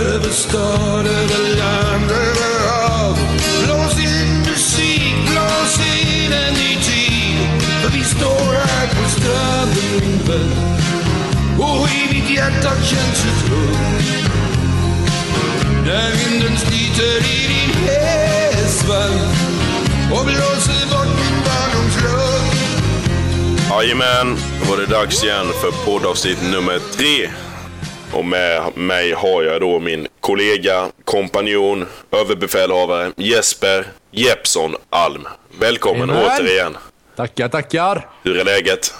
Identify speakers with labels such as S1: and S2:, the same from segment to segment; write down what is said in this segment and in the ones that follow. S1: Över stad, över land, över hav. Blås in musik, blås in en ny tid. För vi står här på stranden min vän. Och i mitt hjärta känns ett hugg. När vinden sliter i din hästvagn. Och blåser bort min barndomslugg.
S2: Jajamän, då var det dags igen för poddavsnitt nummer tre. Och med mig har jag då min kollega, kompanjon, överbefälhavare Jesper Jeppsson Alm. Välkommen
S3: Jajamän.
S2: återigen.
S3: Tackar, tackar.
S2: Hur är läget?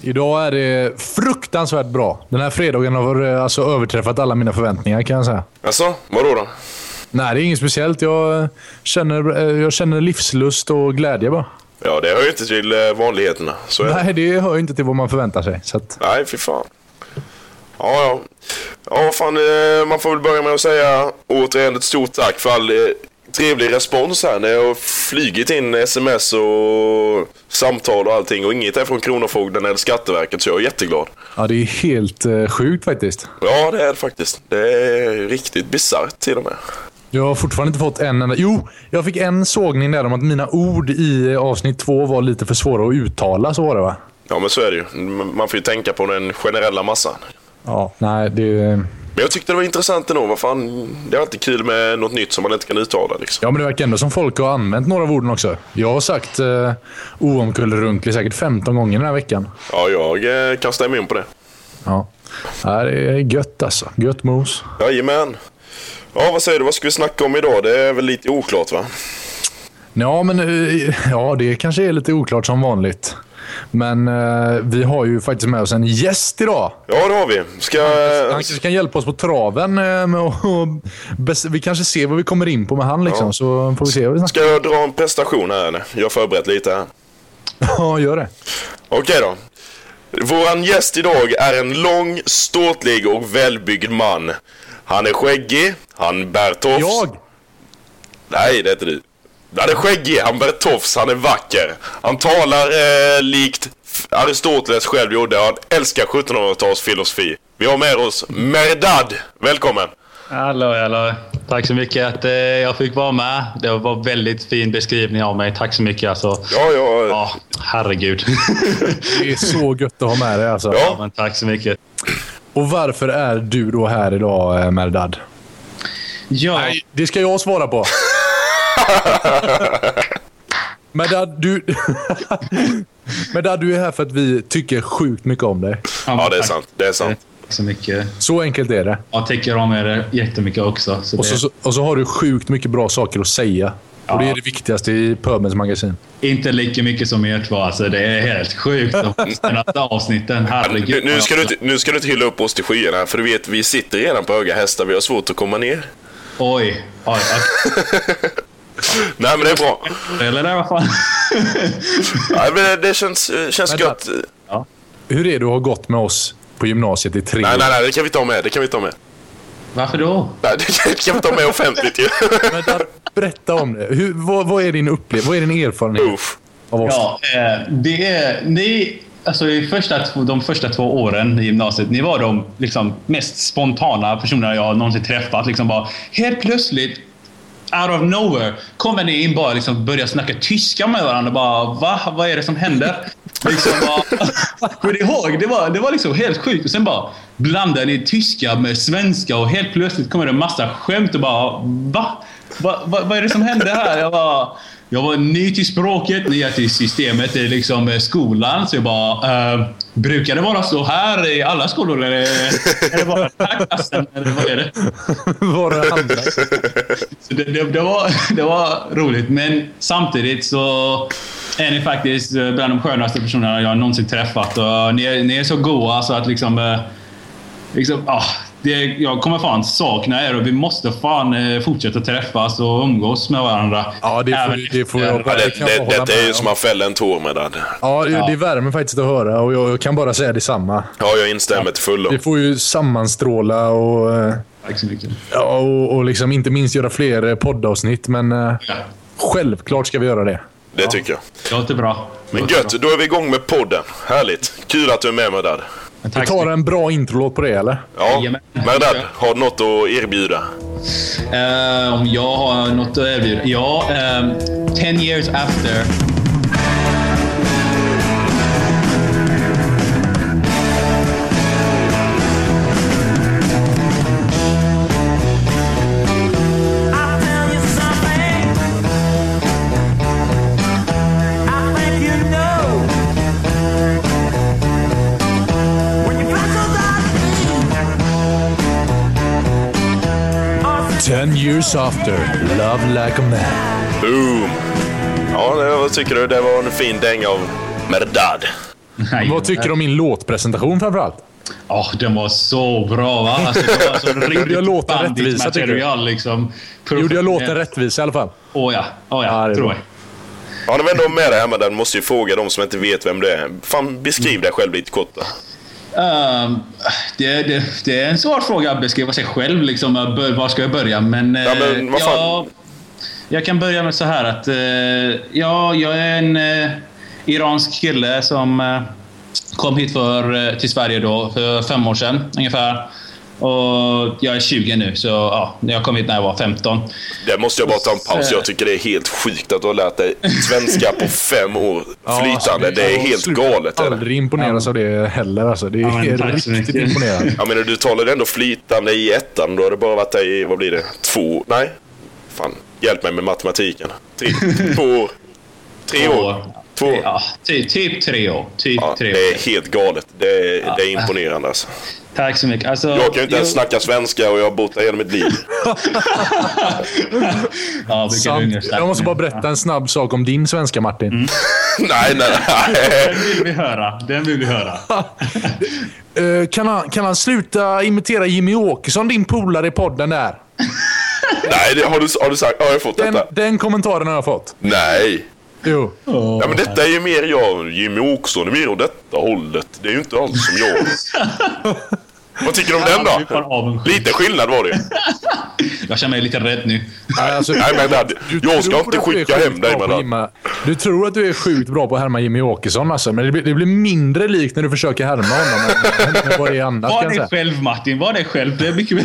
S3: Idag är det fruktansvärt bra. Den här fredagen har eh, alltså överträffat alla mina förväntningar kan jag säga.
S2: Alltså, vadå då?
S3: Nej, det är inget speciellt. Jag eh, känner, eh, jag känner livslust och glädje bara.
S2: Ja, det hör ju inte till eh, vanligheterna. Så är det.
S3: Nej, det hör ju inte till vad man förväntar sig. Så att,
S2: Nej, fy fan. Ja, ja. Ja, fan, eh, man får väl börja med att säga återigen ett stort tack för all eh, trevlig respons här. Ni har flugit in sms och samtal och allting och inget är från Kronofogden eller Skatteverket så jag är jätteglad.
S3: ja, det är helt eh, sjukt faktiskt.
S2: Ja, det är det faktiskt. Det är riktigt bisarrt till och med.
S3: Jag har fortfarande inte fått en enda... Jo, jag fick en sågning där om att mina ord i eh, avsnitt två var lite för svåra att uttala. Så var det va?
S2: Ja, men så är det ju. M- Man får ju tänka på den generella massan.
S3: Ja. Nej, det...
S2: Men jag tyckte det var intressant ändå. Vad fan, det är alltid kul med något nytt som man inte kan uttala liksom.
S3: Ja, men det verkar ändå som folk har använt några av orden också. Jag har sagt eh, oomkullrunklig säkert 15 gånger den här veckan.
S2: Ja, jag eh, kan stämma in på det.
S3: Ja. Det här är gött alltså. Gött mos.
S2: Jajamän. Ja, vad säger du? Vad ska vi snacka om idag? Det är väl lite oklart va?
S3: Ja, men eh, ja, det kanske är lite oklart som vanligt. Men eh, vi har ju faktiskt med oss en gäst idag.
S2: Ja, det har vi. Ska...
S3: Han kanske kan hjälpa oss på traven. eh, Med att, och bes- vi kanske ser vad vi kommer in på med han liksom,
S2: Ja.
S3: så får vi se vad vi snackar
S2: Ska jag dra en prestation här eller? Jag har förberett lite här.
S3: Ja, gör det.
S2: Okej då. Våran gäst idag är en lång, ståtlig och välbyggd man. Han är skäggig, han bär tofs.
S3: Jag?
S2: Nej, det är inte du. Han är skäggig, han bär tofs, han är vacker. Han talar eh, likt Aristoteles själv gjorde. Han älskar 1700-talsfilosofi. Vi har med oss Merdad. Välkommen!
S4: Hallå, hallå. Tack så mycket att eh, jag fick vara med. Det var väldigt fin beskrivning av mig. Tack så mycket alltså.
S2: Ja, ja,
S4: Ja, herregud.
S3: Det är så gött att ha med dig alltså.
S2: Ja.
S4: ja, men tack så mycket.
S3: Och varför är du då här idag, eh, Merdad?
S4: Ja,
S3: Nej, det ska jag svara på. Merdad, du... Merdad, du är här för att vi tycker sjukt mycket om dig.
S4: men
S2: Ja, det är
S4: tack.
S2: sant. Det är sant.
S4: Tack så mycket.
S3: Så enkelt är det.
S4: Jag tycker om er jättemycket också. Så
S3: Och
S4: det,
S3: så, så- och så har du sjukt mycket bra saker att säga. Och det är det viktigaste i Pöbens magasin.
S4: Inte lika mycket som er två. Alltså, det är helt sjukt. De senaste avsnitten.
S2: Nu,
S4: Herregud.
S2: nu, ska du, inte- nu ska du inte hylla upp oss till skyarna, för du vet, vi sitter redan på höga hästar. Vi har svårt att komma ner.
S4: Oj. oj, oj.
S2: Nej, men det är bra.
S4: Eller det vad fan.
S2: Nej, men det- det känns, eh, känns
S3: Vänta.
S2: gött.
S4: Ja.
S3: Hur är det att ha gått med oss på gymnasiet i tre
S2: Nej,
S3: år?
S2: nej, nej, det kan vi ta med. Det kan vi ta med.
S4: Varför då?
S2: Nej, det kan vi ta med offentligt ju.
S3: Merdad, berätta om det. Hur, vad, vad är din upplevelse? Vad är din erfarenhet
S2: Uff.
S3: av oss?
S4: Ja, eh, det är... Ni, alltså i första, två- de första två åren i gymnasiet, ni var de liksom, mest spontana personerna jag någonsin träffat. Liksom bara, helt plötsligt, out of nowhere, kommer ni in bara liksom börjar snacka tyska med varandra. Bara, Va? Vad är det som händer? Liksom bara, kommer ni ihåg? Det var, det var liksom helt sjukt. Och sen bara blandade ni tyska med svenska och helt plötsligt kommer det en massa skämt och bara va? Va, va, vad är det som händer här? Jag var, jag var ny till språket, ny till systemet, det är liksom eh, skolan. Så jag bara, eh, brukar det vara så här i alla skolor? Eller är det bara den här klassen? Eller vad är det?
S3: vad det handlar om.
S4: Så det, det, det, var, det var roligt, men samtidigt så är ni faktiskt eh, bland de skönaste personerna jag någonsin träffat. Och ni, är, ni är så goa så att liksom... eh, liksom ah, det, jag kommer fan sakna er och vi måste fan eh, fortsätta träffas och umgås med varandra.
S3: Ja, det får
S4: Även
S3: vi- det får
S4: efter-
S3: jag-
S2: Ja, det,
S3: Det kan jag
S2: det,
S3: hålla
S2: detta är
S3: med
S2: ju
S3: om.
S2: som att fälla en tår med den.
S3: Ja, det,
S4: Ja.
S3: det värmer faktiskt att höra och jag, jag kan bara säga detsamma.
S2: Ja, jag instämmer till
S3: Vi
S2: fullo.
S3: får ju sammanstråla och, eh,
S4: Tack så mycket.
S3: ja, och, och liksom inte minst göra fler eh, poddavsnitt, men eh,
S4: Ja,
S3: självklart ska vi göra det.
S2: Det tycker jag.
S4: det låter bra.
S2: Men gött, då är vi igång med podden. Härligt. Kul att du är med, Merdad.
S3: Vi tar en bra introlåt på det, eller?
S2: Ja.
S4: Jajamän.
S2: Merdad, har du något att erbjuda?
S4: Eh, om jag har något att erbjuda? Ja, ehm, 10 years after.
S5: I'll tell you something. I think you know. When you flash those eyes at me, all said
S3: Ten years after, love like a man.
S2: Boom! Ja, det, vad tycker du? Det var en fin däng av Merdad.
S3: Vad tycker du om min låtpresentation framförallt?
S4: Åh, den var så bra va? Alltså, det var så
S3: Gjorde jag
S4: riktigt
S3: låten rättvisa, tycker du?
S4: banditmaterial liksom.
S3: Gjorde jag låten rättvis i alla fall?
S4: Åh ja, åh
S3: Ja,
S4: ja,
S3: det är
S4: tror
S3: bra.
S4: jag.
S2: Ja, när vi ändå är med dig här, Merdad, måste ju fråga de som inte vet vem det är. Fan, beskriv dig själv lite kort då.
S4: Ehm, det, det, det är en svår fråga att beskriva sig själv. Liksom, Eh, bör- var ska jag börja? Men, eh,
S2: Ja, men vad fan?
S4: jag, jag kan börja med så här att eh, ja, jag är en eh, iransk kille som eh, kom hit för, eh, till Sverige då, för fem år sedan ungefär. Och jag är 20 nu, så ja, jag kom hit när jag var 15.
S2: Där måste jag bara ta en paus. Jag tycker det är helt sjukt att du har lärt dig svenska på fem år flytande. Det är helt
S3: Sluta
S2: galet. är det?
S3: Aldrig imponeras av det heller. Alltså. Det är
S4: men tack så
S3: riktigt
S4: mycket.
S3: imponerande.
S2: Jag menar, du talade ändå flytande i ettan. Då har det bara varit där i, vad blir det, två Nej, fan. Hjälp mig med matematiken. Tre, två år. Tre år. Två år.
S4: Ja, typ, typ tre år. Typ
S2: Ja,
S4: tre år.
S2: det är helt galet. Det är, det är imponerande alltså.
S4: Tack så mycket. Alltså,
S2: Jag kan ju inte ens
S4: jo-
S2: snacka svenska och jag har bott där hela mitt liv.
S4: Ja, vilken
S3: Sant.
S4: ungerstack.
S3: Jag måste bara berätta en snabb sak om din svenska, Martin.
S4: Mm.
S2: nej, nej, nej.
S4: Den vill vi höra. Den vill vi höra.
S3: Eh, kan, han, kan han sluta imitera Jimmy Åkesson, din polare i podden där?
S2: Nej, det har du, har du sagt. Har jag fått
S3: Den,
S2: detta?
S3: den kommentaren har jag fått.
S2: Nej.
S3: Jo.
S2: Ja, men detta är ju mer jag. Jimmy Åkesson är mer åt detta hållet. Det är ju inte alls som jag. Vad tycker du om den
S4: Vi får
S2: då?
S4: avundsjuk.
S2: Lite skillnad var det ju.
S4: Jag känner mig lite rädd nu.
S3: Nej, alltså,
S2: Nej, men Dad, jag ska
S3: tror
S2: inte
S3: att du är
S2: skicka hem
S3: sjukt
S2: dig
S3: bra
S2: med
S3: på att
S2: den.
S3: härma- Du tror att du är sjukt bra på att härma Jimmy Åkesson alltså, men det blir, det blir mindre likt när du försöker härma honom än, än vad det är annars.
S4: Var
S3: kan jag
S4: dig
S3: säga.
S4: själv Martin. Var dig själv. Det är mycket...
S2: Nej,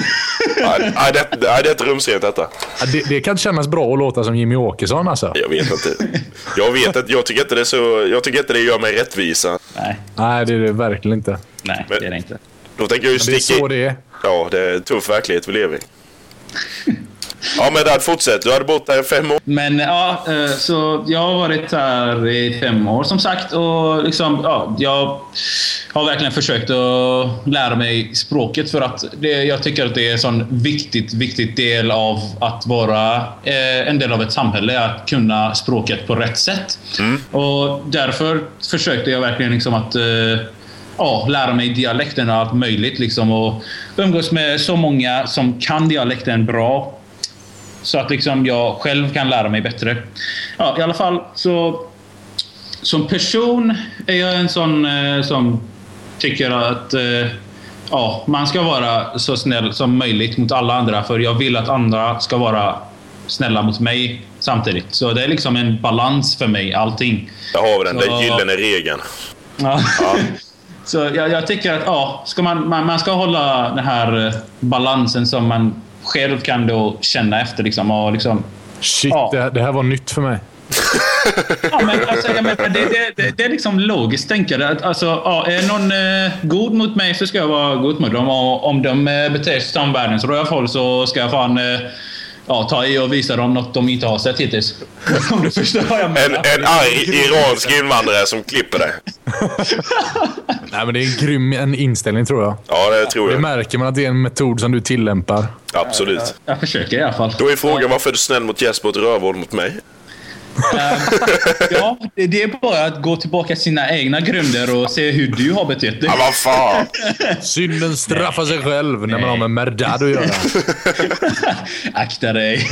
S2: nej, det, nej, det är ett rumsrent detta.
S3: Ja, Det, det kan inte kännas bra att låta som Jimmy Åkesson alltså.
S2: Jag vet inte. Jag vet att jag tycker inte det är så... Jag tycker inte det gör mig rättvisa.
S4: Nej,
S3: Nej, det är det verkligen inte.
S4: nej
S2: Men-
S4: det är det inte.
S2: Då tänker jag ju
S3: Det är
S2: sticka
S3: så
S2: in.
S3: det är.
S2: Ja, det är en tuff verklighet vi lever i. Ja, men Dad, fortsätt. Du hade bott där i fem år.
S4: Men ja, eh, så jag har varit här i fem år som sagt och liksom, ja, jag har verkligen försökt att lära mig språket för att det, jag tycker att det är en sån viktigt, viktigt del av att vara eh, en del av ett samhälle, att kunna språket på rätt sätt. Och därför försökte jag verkligen liksom att eh, ja, lära mig dialekten och allt möjligt. Liksom, och umgås med så många som kan dialekten bra. Så att liksom jag själv kan lära mig bättre. Ja, I alla fall så... Som person är jag en sån eh, som tycker att eh, ja, man ska vara så snäll som möjligt mot alla andra. För jag vill att andra ska vara snälla mot mig samtidigt. Så det är liksom en balans för mig, allting.
S2: Där har vi den, den
S4: Ja.
S2: gyllene regeln.
S4: Ja. Så jag, jag tycker att ja, ska man, man, man ska hålla den här eh, balansen som man själv kan då känna efter. Liksom, och liksom,
S3: Shit,
S4: Ja.
S3: det, det här var nytt för mig.
S4: ja, men, alltså, jag menar, det, det, det, det är liksom logiskt tänkande. Att, Alltså, ja, är någon eh, god mot mig så ska jag vara god mot dem. Och om de eh, beter sig som världens rövhål så ska jag fan eh, ja, ta i och visa dem något de inte har sett hittills. Om du förstår vad jag
S2: En,
S4: menar.
S2: en arg iransk invandrare som klipper dig.
S3: Nej, men det är en grym en inställning tror jag.
S2: Ja, det tror
S3: Det
S2: jag.
S3: märker man att det är en metod som du tillämpar.
S2: Absolut.
S4: Jag försöker i alla fall.
S2: Då är frågan varför är du snäll mot Jesper och ett rövhål mot mig?
S4: Ja, det det är bara att gå tillbaka till sina egna grunder och se hur du har betett dig.
S2: Ja, vad fan!
S3: Synden straffar sig själv när man har med Merdad att göra.
S4: Akta dig.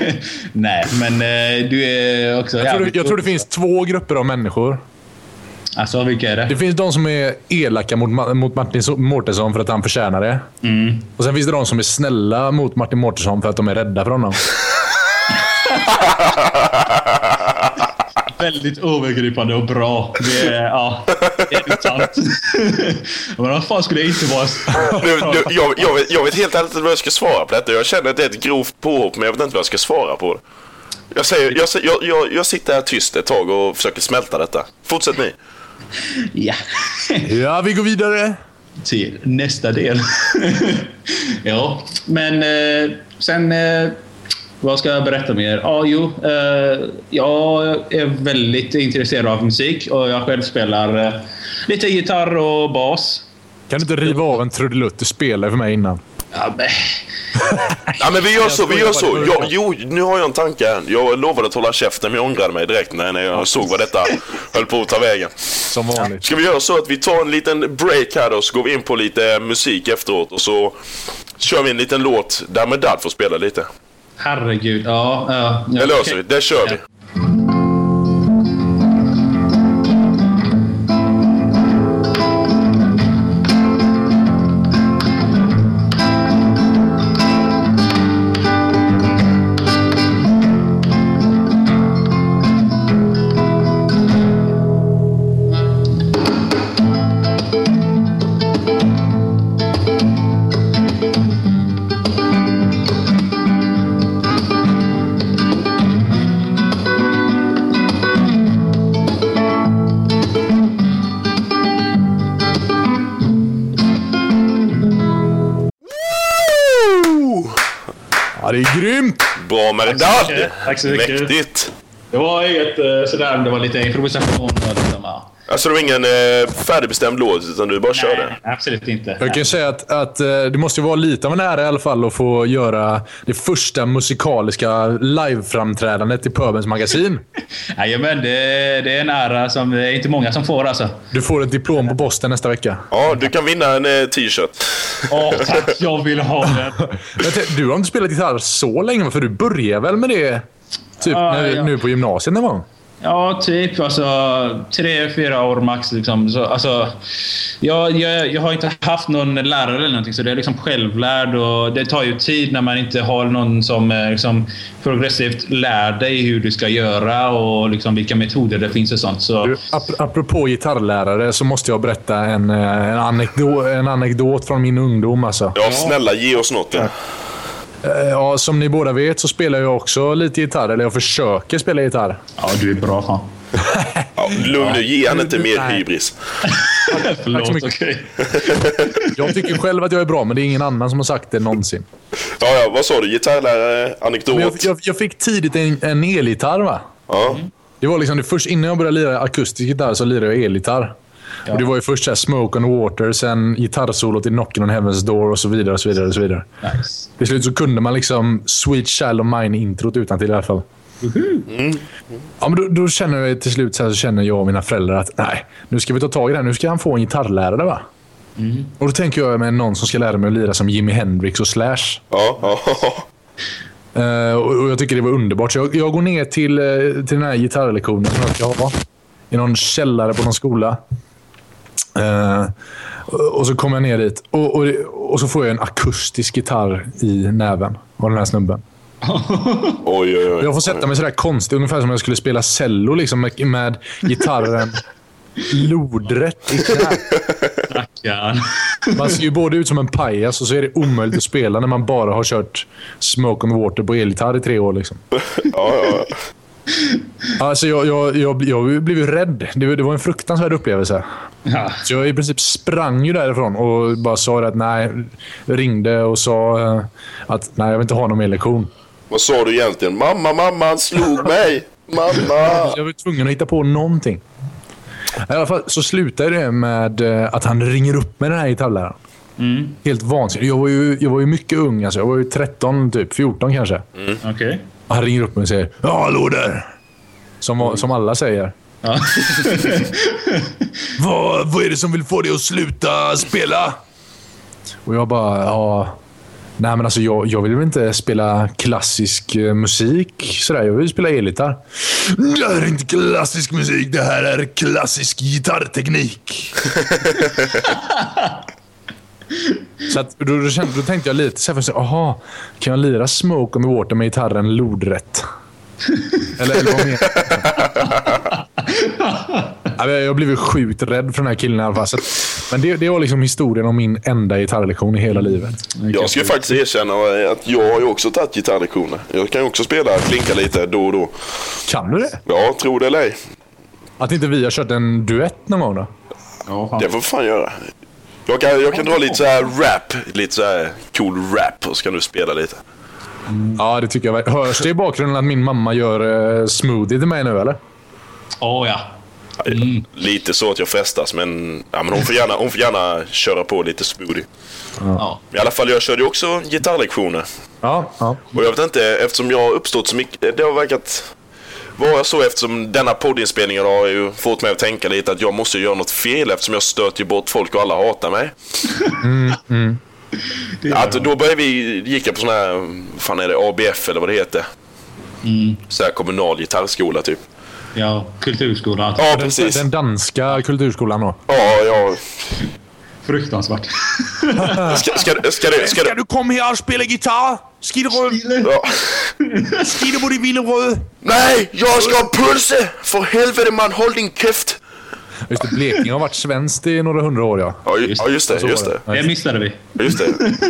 S4: Nej, men eh, du är också
S3: Jag tror,
S4: jävligt-
S3: jag tror det finns två grupper av människor.
S4: Alltså, vilka är
S3: Det
S4: det?
S3: finns de som är elaka mot, Ma- mot Martin So- Mårtensson för att han förtjänar det. Och sen finns det de som är snälla mot Martin Mårtensson för att de är rädda för honom.
S4: väldigt övergripande och bra. Det är, ja, det är sant. Men vad fan skulle jag inte vara...
S2: Nu, nu, jag, jag, vet, jag vet helt ärligt inte vad jag ska svara på detta. Jag känner att det är ett grovt påhopp, men jag vet inte vad jag ska svara på. Jag, säger, jag, säger- jag, jag, jag sitter här tyst ett tag och försöker smälta detta. Fortsätt ni.
S4: Ja.
S3: Ja, vi går vidare.
S4: till nästa del. ja, men eh, sen... Eh, vad ska jag berätta mer? Ja, jo. Eh, jag är väldigt intresserad av musik och jag själv spelar eh, lite gitarr och bas.
S3: Kan du inte riva av en trudelutt du spelade för mig innan?
S4: Ja, men,
S2: Ja, men vi gör så, vi gör så. Jag, jo, nu har jag en tanke här. Jag lovade att hålla käften, men jag ångrade mig direkt när, när jag såg vad detta höll på att ta vägen.
S3: Som vanligt.
S2: Ska vi göra så att vi tar en liten break här då, så går vi in på lite musik efteråt och så kör vi en liten låt där Medad får spela lite.
S4: herregud. Ja, ja, ja,
S2: Det löser
S4: okej.
S2: vi, det kör vi.
S3: Ja, det är grymt!
S2: Bra Medad!
S4: mycket. Tack så mycket.
S2: Mäktigt!
S4: Det var inget eh, sådär, men det var lite improvisation. Och liksom, ja.
S2: Alltså det var ingen eh, färdigbestämd låt, utan du bara körde?
S4: absolut inte.
S3: Jag kan ju säga att, att eh, det måste ju vara lite av en ära i alla fall att få göra det första musikaliska liveframträdandet i Pöbelns magasin.
S4: Jajamän, det, det är en ära som det är inte många som får alltså.
S3: Du får ett diplom på posten nästa vecka.
S2: Ja, du kan vinna en eh, t-shirt.
S4: Åh, tack. Jag vill ha den.
S3: Men jag tänkte, Du har inte spelat gitarr så länge, för du började väl med det typ
S4: Ja,
S3: när,
S4: ja.
S3: nu på gymnasiet någon gång?
S4: Ja, typ. Alltså, tre, fyra år max. Liksom. Så, alltså, jag, jag, jag har inte haft någon lärare eller någonting, så det är liksom självlärd. Och det tar ju tid när man inte har någon som eh, liksom, progressivt lär dig hur du ska göra och liksom, vilka metoder det finns och sånt. Så,
S3: Du, ap- apropå gitarrlärare så måste jag berätta en, eh, en, anekdot, en anekdot från min ungdom. Alltså.
S2: Ja, snälla ge oss något. Ja.
S3: Eh, Ja, som ni båda vet så spelar jag också lite gitarr, eller jag försöker spela gitarr.
S4: ja, du är bra fan.
S2: Ja, lugn nu, ge han inte mer
S3: Nej.
S2: hybris.
S4: Förlåt.
S3: mycket.
S4: okej.
S3: Jag tycker själv att jag är bra, men det är ingen annan som har sagt det någonsin.
S2: Ja, ja, vad sa du? Gitarrlärare, anekdot?
S3: Men jag, jag, jag fick tidigt en, en elgitarr. Va?
S2: Ja.
S3: Det var liksom det först, innan jag började lira akustisk gitarr så lirade jag elgitarr. Och det var ju först så här Smoke on Water, sen gitarrsolot i Knockin' on Heaven's Door och så vidare. och så vidare, och så vidare.
S4: Nice.
S3: Till slut så kunde man liksom Sweet Shallow Mine-introt utan till i alla fall. Ja, men då, då känner jag till slut så, här, så känner jag och mina föräldrar att nej, nu ska vi ta tag i det här. Nu ska han få en gitarrlärare. va? Och Då tänker jag med någon som ska lära mig att lira som Jimi Hendrix och Slash.
S2: Ja, ja,
S3: Eh, och och jag tycker det var underbart. Så jag, jag går ner till, eh, till den här gitarrlektionen som jag ska ha. I någon källare på någon skola. Eh, och, och så kommer jag ner dit och, och, det- och så får jag en akustisk gitarr i näven av den här snubben.
S2: Oj, oj, oj.
S3: Jag får sätta mig sådär konstigt, ungefär som om jag skulle spela cello liksom, med, med gitarren lodrätt i knät.
S4: Ja.
S3: Man ser ju både ut som en pajas och så är det omöjligt att spela när man bara har kört Smoke on Water på elgitarr i tre år. Liksom.
S2: Ja, ja, ja.
S3: Alltså jag, jag, jag, jag blev ju rädd. Det, var- det var en fruktansvärd upplevelse.
S4: Ja.
S3: Så jag i princip sprang ju därifrån och bara sa det att nej. Ringde och sa eh, att nej, jag vill inte ha någon mer lektion.
S2: Vad sa du egentligen? Mamma, mamma, han slog mig! Mamma!
S3: Jag var tvungen att hitta på någonting. I alla fall så slutade det med eh, att han ringer upp med den här gitarrläraren. Helt vansinnigt. Jag var ju, jag var ju mycket ung. Alltså. Jag var ju 13, typ 14 kanske.
S4: Okej.
S3: Och han ringer upp mig och säger “Ja, hallå där!” Som, va- som alla säger.
S4: Ja.
S3: vad, vad är det som vill få dig att sluta spela? Och jag bara, ja... Nej, men alltså jag, jag vill väl inte spela klassisk eh, musik. Sådär. Jag vill spela elgitarr. Det här är inte klassisk musik. Det här är klassisk gitarrteknik. så att, då, då, kände, då tänkte jag lite så här, för så, aha, kan jag lira Smoke on the Water med gitarren lodrätt? Eller, eller vad menar jag? Ja, men Jag blev ju sjukt rädd för den här killen i alla fall. Så att- Men det, det var liksom historien om min enda gitarrlektion i hela livet.
S2: Jag ska ju faktiskt erkänna att jag har ju också tagit gitarrlektioner. Jag kan ju också spela, klinka lite då och då.
S3: Kan du det?
S2: Ja, tro det eller ej.
S3: Att inte vi har kört en duett någon gång då?
S4: Ja, fan.
S2: Det får vi fan göra. Jag kan, jag kan dra lite så här rap, lite så här cool rap och så kan du spela lite.
S3: Ja, det tycker jag. verkligen. Hörs det i bakgrunden att min mamma gör eh, smoothie till mig nu eller?
S4: Åh, ja. Mm.
S2: Lite så att jag frestas men, ja, men hon, får gärna, hon får gärna köra på lite smoothie.
S4: ja.
S2: I alla fall, jag körde ju också gitarrlektioner.
S3: Ja. ja.
S2: Och jag vet inte, eftersom jag har uppstått så mycket, det har verkat vara så eftersom denna poddinspelningen har ju fått mig att tänka lite att jag måste göra något fel eftersom jag stöter ju bort folk och alla hatar mig. Mm. Att då började vi, gick jag på sån här, vad fan är det, ABF eller vad det heter. Så här kommunal gitarrskola typ.
S4: ja kulturskolan.
S2: Ja,
S3: Den,
S2: precis.
S3: den danska kulturskolan då.
S2: Ja, ja.
S4: Fruktansvärt.
S2: Ska, ska, ska, ska, du- ska, du-
S3: du komma här och spela gitarr? Skideröd!
S2: ja.
S3: Skiderbord i Villeröd!
S2: Nej, jag ska ha pulse! För helvete man, håll din käft!
S3: Just det, Blekinge har varit svenskt i några hundra år ja.
S2: Ja, ju- ja, just det, just det.
S4: Det missade vi.
S2: Just det.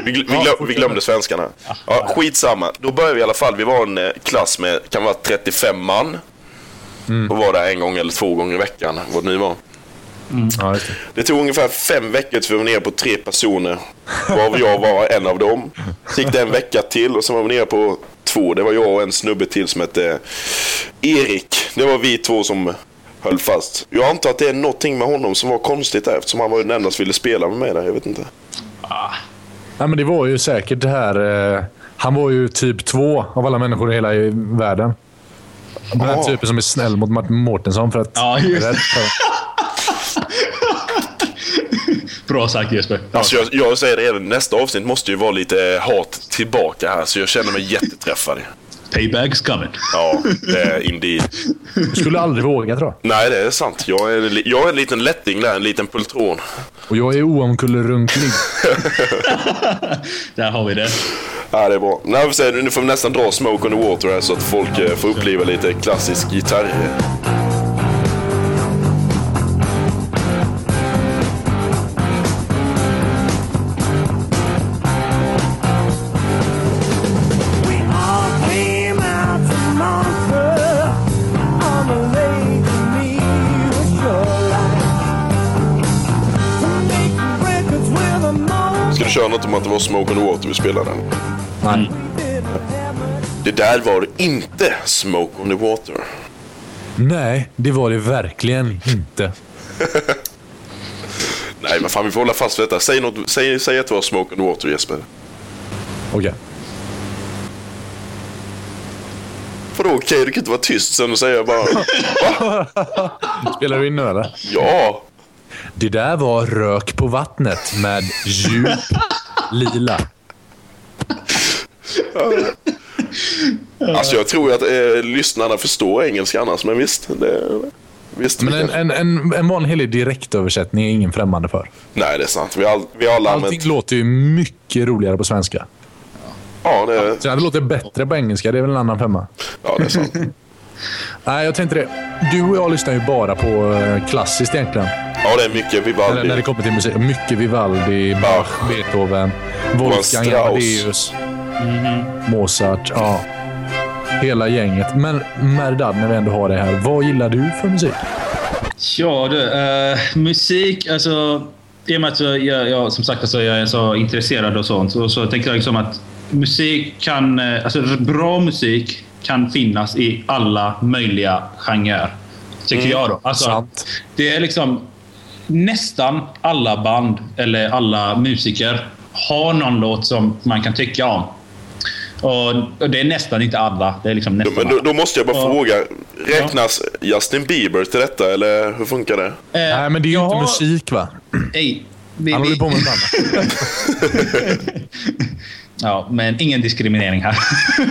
S2: Vi, gl- vi, glöm, vi glömde svenskarna. Ja, skitsamma. Då började vi i alla fall. Vi var en eh, klass med, kan vara 35 man. Och var där en gång eller två gånger i veckan, vad det nu var.
S3: Ja, just det.
S2: Det tog ungefär fem veckor tills vi var nere på tre personer. Varav jag var en av dem. Så gick det en vecka till och sen var vi nere på två. Det var jag och en snubbe till som hette eh, Erik. Det var vi två som höll fast. Jag antar att det är någonting med honom som var konstigt där eftersom han var den enda som ville spela med mig där. Jag vet inte.
S3: Nej, men det var ju säkert det här... Eh, han var ju typ två av alla människor i hela i världen. Den här
S2: Ja.
S3: typen som är snäll mot Martin Mårtensson för att...
S4: Ja, just det.
S3: Rätt för-
S4: Bra sagt Jesper. Ja.
S2: Alltså jag, jag säger det även, nästa avsnitt måste ju vara lite eh, hat tillbaka här, så jag känner mig jätteträffad.
S4: Payback's coming.
S2: Ja, det är indeed.
S3: Du skulle aldrig våga tror jag.
S2: Nej, det är sant. Jag är, en li- jag är en liten lätting där, en liten pultron.
S3: Och jag är oomkullrunklig.
S4: Där har vi det.
S2: Ja, det är bra. Nej, vi säger, nu får vi nästan dra Smoke on the Water här, så att folk eh, får uppleva lite klassisk gitarr.
S5: We all came out to Montreux on the lake Geneva shoreline to make records with a moment
S2: Ska du köra något om att det var Smoke on the Water vi spelade?
S3: Nej.
S2: Det där var inte Smoke on the Water.
S3: Nej, det var det verkligen inte.
S2: Nej, men fan vi får hålla fast vid detta. Säg, något, säg, säg att det var Smoke on the Water, Jesper.
S3: Okej.
S2: Vadå okej? Du kan inte vara tyst sen och säga bara
S3: Spelar du in nu eller?
S2: ja.
S3: Det där var Rök på vattnet med djup lila.
S2: Alltså jag tror ju att eh, lyssnarna förstår engelska annars, men visst. Det, visst
S3: Men
S2: vi
S3: en,
S2: kan-
S3: en, en, en vanlig helig direktöversättning är ingen främmande för.
S2: Nej, det är sant. Vi har, all- vi har alla
S3: Allting
S2: använt...
S3: låter ju mycket roligare på svenska.
S2: Ja det,
S3: Sen att det låter bättre på engelska, det är väl en annan femma.
S2: ja, det är sant.
S3: Nej, jag tänkte det. Du och jag lyssnar ju bara på eh, klassiskt egentligen.
S2: Ja, det är mycket
S3: Eller när det
S2: Vivaldi.
S3: kommer till musik. Mycket Vivaldi, Bach, Beethoven, Wolfgang
S2: Strauss.
S3: Amadeus,
S4: Mhm.
S3: Mozart. Ja. Hela gänget. Men Merdad, när vi ändå har det här. Vad gillar du för musik?
S4: Eh, Ja du, eh, musik alltså. I och med att jag, jag, jag som sagt alltså, jag är så intresserad och sånt så, så tänkte jag liksom att musik kan, eh, alltså bra musik kan finnas i alla möjliga genrer. Tycker jag då. Alltså,
S3: Mm, Sant.
S4: Det är liksom nästan alla band eller alla musiker har någon låt som man kan tycka om. Och, och det är nästan inte alla. Det är liksom nästan
S2: Men då, då måste jag bara
S4: Ja.
S2: fråga, räknas Justin Bieber till detta eller hur funkar det?
S4: alla. Eh,
S3: Nej, men det är ju
S4: jag
S3: inte
S4: har-
S3: musik va?
S4: Nej, vi,
S3: Han håller
S4: vi,
S3: ju på med något annat.
S4: Ja, men ingen diskriminering här.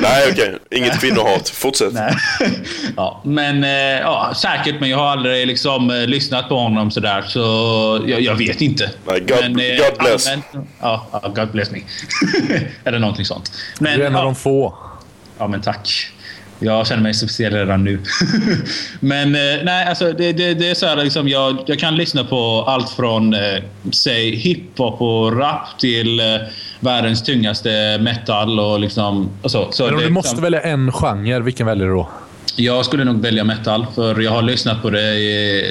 S2: Nej okej, inget kvinnohat. Fortsätt.
S4: Nej. ja, men eh, ja, säkert, men jag har aldrig liksom eh, lyssnat på honom sådär, så jag, jag vet inte.
S2: Nej, God-
S4: men, eh,
S2: God bless.
S4: allmänt- ja, ja, God bless me. Eller någonting sånt.
S3: Du
S4: Men,
S3: är en av
S4: ja,
S3: de få.
S4: ja, men tack. Jag känner mig speciell redan nu. Men eh, nej, alltså det, det, det är så här liksom. Jag, jag kan lyssna på allt från eh, säg hiphop och rap till eh, världens tungaste metal och liksom och så. så
S3: Men om
S4: det är
S3: du måste
S4: liksom-
S3: välja en genre, vilken väljer du då?
S4: Jag skulle nog välja metal för jag har lyssnat på det i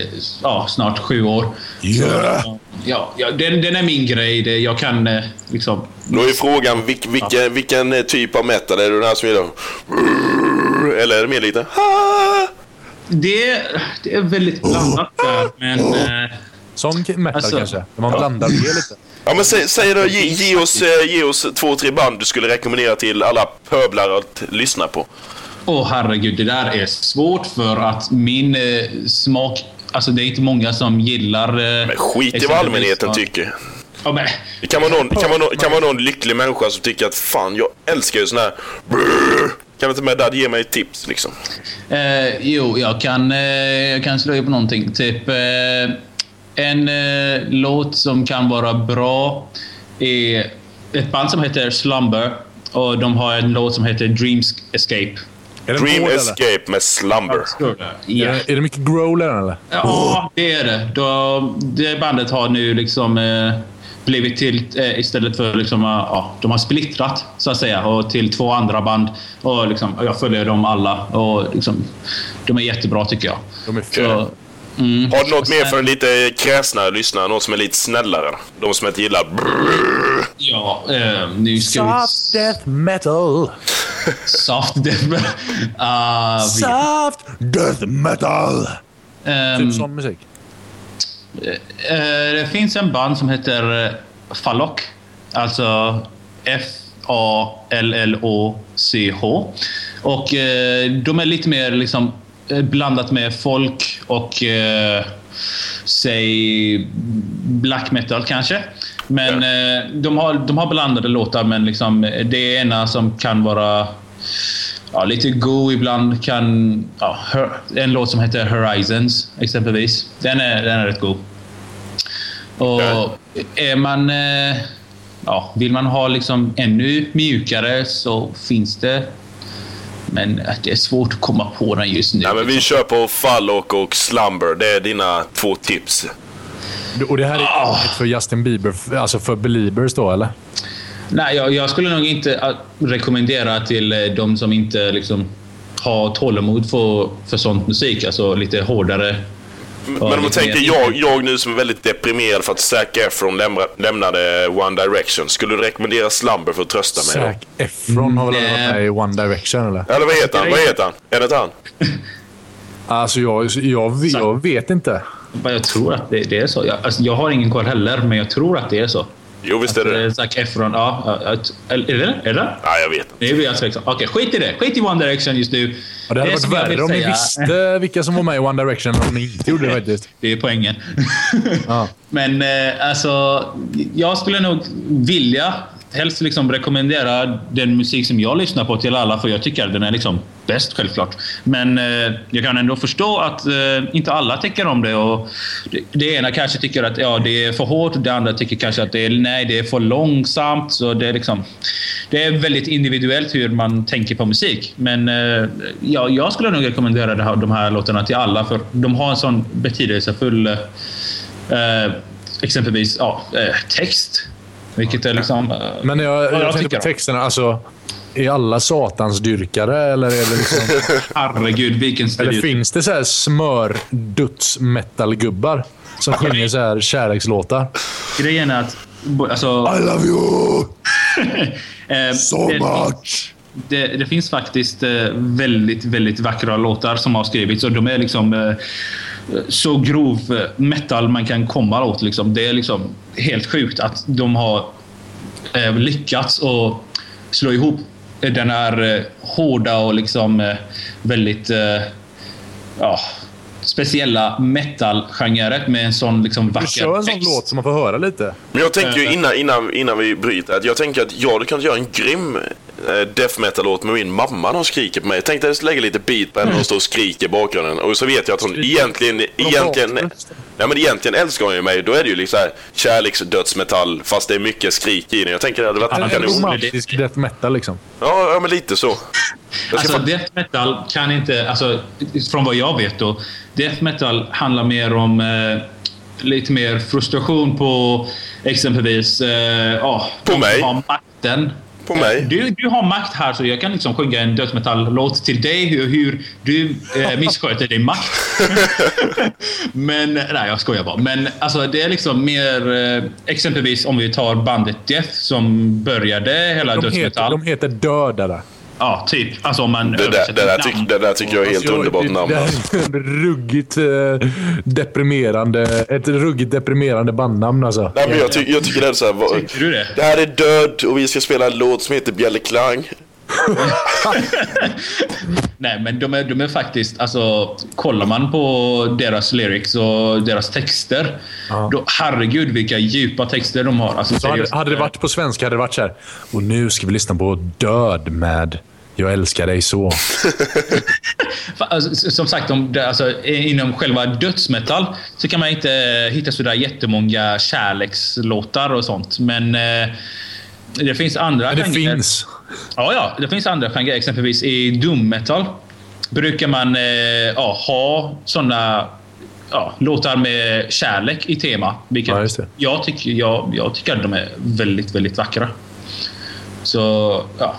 S4: ja, snart sju år.
S3: Yeah.
S4: Så, ja, ja, den, den är min grej. Det, jag kan eh, liksom
S2: Då är frågan vilk, vilken, vilken eh, typ av metal är det den här som är då? Eller är det mer lite? "Ah"?
S4: Det, det är väldigt blandat där, men... eh,
S3: Sån k- metal
S4: Alltså-
S3: kanske? Där man blandar det lite.
S2: Ja men säg, säg då, ge, ge, oss, eh, ge oss två, tre band du skulle rekommendera till alla pöblar att lyssna på.
S4: Åh herregud, det där är svårt för att min eh, smak... Alltså det är inte många som gillar... Eh,
S2: Men skit i vad
S4: exempelvis-
S2: allmänheten
S4: ja.
S2: tycker.
S4: Ja, men,
S2: Det kan vara någon, det kan vara någon, det kan vara någon lycklig människa som tycker att fan, jag älskar ju sån här... Kan vi inte med där, ge mig ett tips liksom.
S4: eh, jo, jag kan, eh, jag kan slöja på någonting. Typ eh, en eh, låt som kan vara bra är ett band som heter Slumber och de har en låt som heter Dream Escape.
S3: Är det en
S2: Dream
S3: hård, eller?
S2: Escape med Slumber.
S4: Ja.
S3: Är det- Är det mycket growl i den, eller?
S4: Ja, det är det. Då, det bandet har nu liksom eh, blivit till eh, istället för liksom, eh, ja, de har splittrat så att säga och till två andra band. Och liksom, jag följer dem alla och liksom, de är jättebra tycker jag.
S3: De är
S4: Så,
S3: fula.
S4: mm.
S2: Har du något mer för en lite kräsnare lyssnare? Någon som är lite snällare? De som inte gillar...
S4: Ja, eh, nu ska vi...
S3: Soft death metal.
S4: Soft death. Ah, vi-
S3: Soft death metal.
S4: ehm,
S3: Typ sån musik.
S4: Eh, det finns en band som heter eh, Fallock. Alltså F-A-L-L-O-C-H. Och eh, de är lite mer liksom eh, blandat med folk och eh, säg black metal kanske. Men eh, de, har, de har blandade låtar men liksom eh, det är ena som kan vara ja, lite go ibland. Kan, ja, Her- en låt som heter Horizons exempelvis. Den är, den är rätt god. Och
S2: Ja.
S4: är man... eh, Ja, vill man ha liksom ännu mjukare så finns det. Men eh, det är svårt att komma på den just nu.
S2: Nej men vi kör på Fallock och Slumber. Det är dina två tips.
S3: Och det här är
S2: Ah.
S3: inget för Justin Bieber, alltså för Beliebers då, eller?
S4: Nej, jag, jag skulle nog inte eh, rekommendera till eh, de som inte liksom har tålamod för, för sånt musik. Alltså lite hårdare.
S2: Men om man tänker jag, jag nu som är väldigt deprimerad för att Zac Efron lämra, lämnade One Direction. Skulle du rekommendera Slumber för att trösta mig?
S3: Zac Efron har väl aldrig
S4: Nej.
S3: varit med i One Direction, eller?
S2: Eller vad heter han? Vad heter han? Är det inte han?
S3: Alltså, jag, jag, jag vet inte.
S4: Vad Jag tror att det, det är så. Jag, alltså, jag har ingen koll heller, men jag tror att det är så.
S2: Jo visst är det
S4: Eh,
S2: det.
S4: Zac Efron, ja. ja, ja, Är det är det?
S2: Nej jag vet inte.
S4: Nu blir jag tveksam. Okej, skit i det. Skit i One Direction just nu.
S3: Ja, det hade
S4: som
S3: varit
S4: jag vill
S3: värre om ni
S4: säga-
S3: visste vilka som var med i One Direction än om ni inte gjorde det faktiskt.
S4: Det är poängen.
S3: Ja.
S4: Men eh, alltså, jag skulle nog vilja helst liksom rekommendera den musik som jag lyssnar på till alla, för jag tycker den är liksom bäst självklart. Men eh, jag kan ändå förstå att eh, inte alla tycker om det. Och det, det ena kanske tycker att ja, det är för hårt och det andra tycker kanske att det är, nej, det är för långsamt. Så det, är liksom, det är väldigt individuellt hur man tänker på musik. Men eh, ja, jag skulle nog rekommendera det här, de här låtarna till alla, för de har en sån betydelsefull eh, Eh, exempelvis ja, eh, text. Vilket är liksom... eh,
S3: Men jag, jag,
S4: jag
S3: tänkte
S4: tycker
S3: på
S4: det.
S3: texterna. Alltså, är alla satansdyrkare eller, är det liksom,
S4: herregud, vilken
S3: eller
S4: stereotyp.
S3: finns det så här smör-duts-metal-gubbar som sjunger så här kärlekslåtar?
S4: Grejen är att... bo- Alltså,
S3: I love you
S4: eh, det-
S3: much!
S4: Det, det finns faktiskt eh, väldigt, väldigt vackra låtar som har skrivits och de är liksom eh, så grov eh, metal man kan komma åt. Liksom. Det är liksom helt sjukt att de har eh, lyckats och slå ihop den här eh, hårda och liksom eh, väldigt eh, ja, speciella metal-genren med en sån liksom vacker
S3: Kör en sån
S4: text.
S3: låt som man får höra lite.
S2: Men jag tänker ju innan, innan, innan vi bryter att jag tänker att jag hade kunnat göra en grym eh, death metal-låt med min mamma när hon skriker på mig. Jag tänkte jag skulle lägga lite beat på henne och hon står och skriker i bakgrunden. Och så vet jag att hon egentligen, egentligen, nej, men egentligen älskar hon ju mig. Då är det ju liksom så här kärleksdödsmetall fast det är mycket skrik i den. Jag tänker det hade varit
S3: En
S2: kanon.
S3: romantisk death metal liksom.
S2: Ja, ja, men lite så. Jag ska
S4: Alltså death metal kan inte, alltså, från vad jag vet då, death metal handlar mer om eh, lite mer frustration på exempelvis... Eh, oh,
S2: På mig.
S4: Har makten.
S2: På mig.
S4: Du, du har makt här så jag kan liksom sjunga en death metal-låt till dig hur, hur du eh, missköter din makt. Men, nej jag skojar bara. Men alltså det är liksom mer, eh, exempelvis om vi tar bandet Death som började hela
S3: De
S4: death
S3: heter,
S4: metal.
S3: de heter Dödare.
S4: Ja, typ. Alltså om man
S2: Det där, det, där
S4: namn.
S2: tyck, det där tycker jag är helt
S3: Jag-
S2: underbart
S3: det-
S2: namn.
S3: Det
S2: alltså.
S3: här är en ruggigt eh, deprimerande, ett ruggigt deprimerande bandnamn alltså.
S2: Nej, men jag, ty, jag tycker det är så här, vad,
S4: Tycker du det?
S2: det här är död och vi ska spela en låt som heter Bjelle Klang.
S4: Nej, men de är, de är faktiskt... Alltså, kollar man på deras lyrics och deras texter. Då, herregud vilka djupa texter de har. Alltså,
S3: Så hade,
S4: seriöst.
S3: hade det varit på svenska hade det varit så här. Och nu ska vi lyssna på Död med Jag älskar dig så.
S4: Fa- alltså, s- Som sagt, de, de- alltså, inom själva dödsmetall så kan man inte eh, hitta sådär jättemånga kärlekslåtar och sånt. Men eh, det finns andra
S3: Men det
S4: genrer.
S3: finns.
S4: Ja, ja, det finns andra genrer. Exempelvis i doom metal brukar man eh, ja, ha såna ja, låtar med kärlek i tema. Vilket
S3: Ja, just det.
S4: Jag, tycker, jag, jag tycker att de är väldigt, väldigt vackra. Så ja,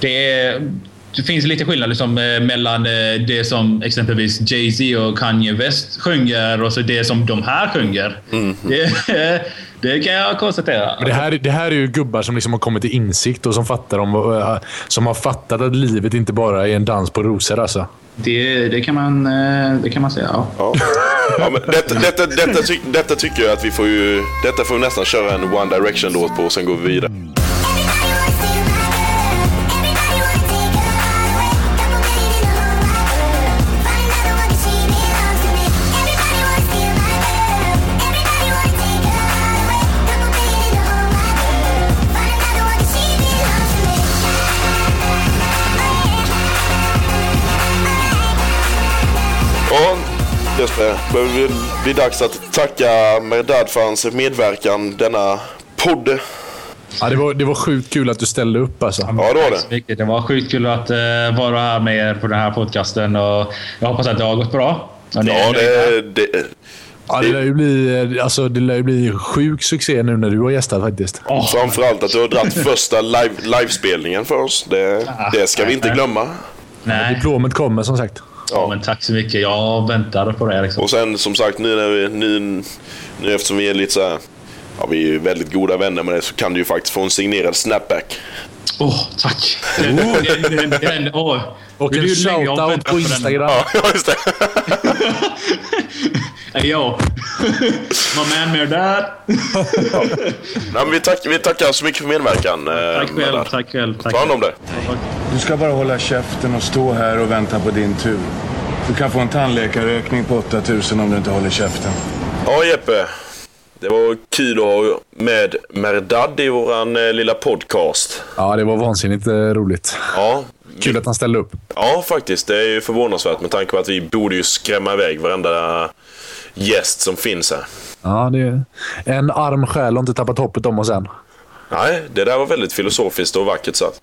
S4: det, är, det finns lite skillnad liksom, eh, mellan eh, det som exempelvis Jay-Z och Kanye West sjunger och så det som de här sjunger. Det, det kan jag konstatera.
S3: Men Det här, det här är ju gubbar som liksom har kommit till insikt och som, fattar om, eh, som har fattat att livet inte bara är en dans på rosor. Alltså.
S4: Det, det, kan, man, eh, det kan man säga. Ja.
S2: Ja. Ja, men detta, detta, detta, ty, detta tycker jag att vi får ju... Detta får vi nästan köra en One Direction-låt på och sen går vi vidare. Ja, Jesper. Börjar vi- Det är dags att tacka Merdad för hans medverkan denna podd.
S3: Ja, det, var, det var sjukt kul att du ställde upp. Alltså.
S2: Ja, det var
S4: Tack
S2: det.
S4: så mycket. Det var sjukt kul att eh, vara här med er på den här podcasten. Och jag hoppas att det har gått bra. Och ni är
S2: Ja,
S4: nöjda.
S2: det... det
S3: Ja, det, lär ju bli, eh, alltså, det lär ju bli sjuk succé nu när du har gästat faktiskt.
S4: Åh,
S2: framförallt att du har dragit första live, livespelningen för oss. Det,
S4: Ah,
S2: det ska vi inte glömma.
S4: nej.
S3: Diplomet kommer som sagt.
S4: Ja, men tack så mycket. Jag väntade på det. Liksom.
S2: Och sen som sagt nu när vi, nu, nu eftersom vi är lite så här, ja vi är ju väldigt goda vänner med det så kan du ju faktiskt få en signerad snapback.
S4: Åh, tack!
S2: Oh.
S4: Den, den, den, den, åh.
S3: Och
S4: Hur
S3: en
S4: länge har jag
S3: shoutout
S4: väntat
S3: på
S4: den?
S3: Instagram.
S2: Ja, just det.
S4: Hey, yo! My man, my dad.
S2: Nej, men vi, tack, vi tackar så mycket för medverkan. eh,
S4: Tack själv, tack själv. Tack.
S2: Ta hand om det.
S6: Du ska bara hålla käften och stå här och vänta på din tur. Du kan få en tandläkarräkning på 8000 om du inte håller käften.
S2: Ja Jeppe. Det var kul att ha med Merdad i våran eh, lilla podcast.
S3: Ja, det var vansinnigt eh, roligt.
S2: Ja,
S3: Kul att han ställde upp.
S2: ja, faktiskt. Det är ju förvånansvärt med tanke på att vi borde ju skrämma iväg varenda gäst som finns här.
S3: Ja, det är en arm själ har inte tappat hoppet om oss än.
S2: Nej, det där var väldigt filosofiskt och vackert sagt.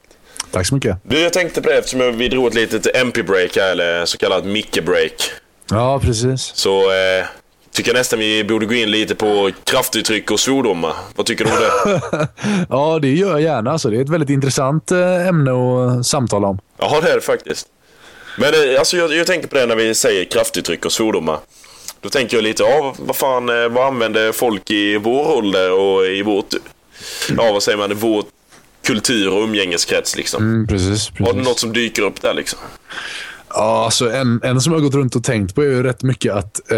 S3: Tack så mycket.
S2: Du, jag tänkte på det eftersom jag- vi drog ett litet MP-break här, eller så kallat Micke-break.
S3: Ja, precis.
S2: Så eh, tycker jag nästan vi borde gå in lite på kraftuttryck och svordomar. Vad tycker du om det?
S3: Ja, det gör jag gärna. Alltså. Det är ett väldigt intressant eh, ämne att samtala om.
S2: Ja, det är det faktiskt. Men eh, alltså, jag, jag tänker på det när vi säger kraftuttryck och svordomar. Då tänker jag lite, ja, vad fan, eh, vad använder folk i vår ålder och i vårt, ja vad säger man, vår kultur och umgängeskrets liksom?
S3: Mm, precis.
S2: Har
S3: precis.
S2: du något som dyker upp där liksom?
S3: Ja, alltså en, en som jag har gått runt och tänkt på är ju rätt mycket att eh,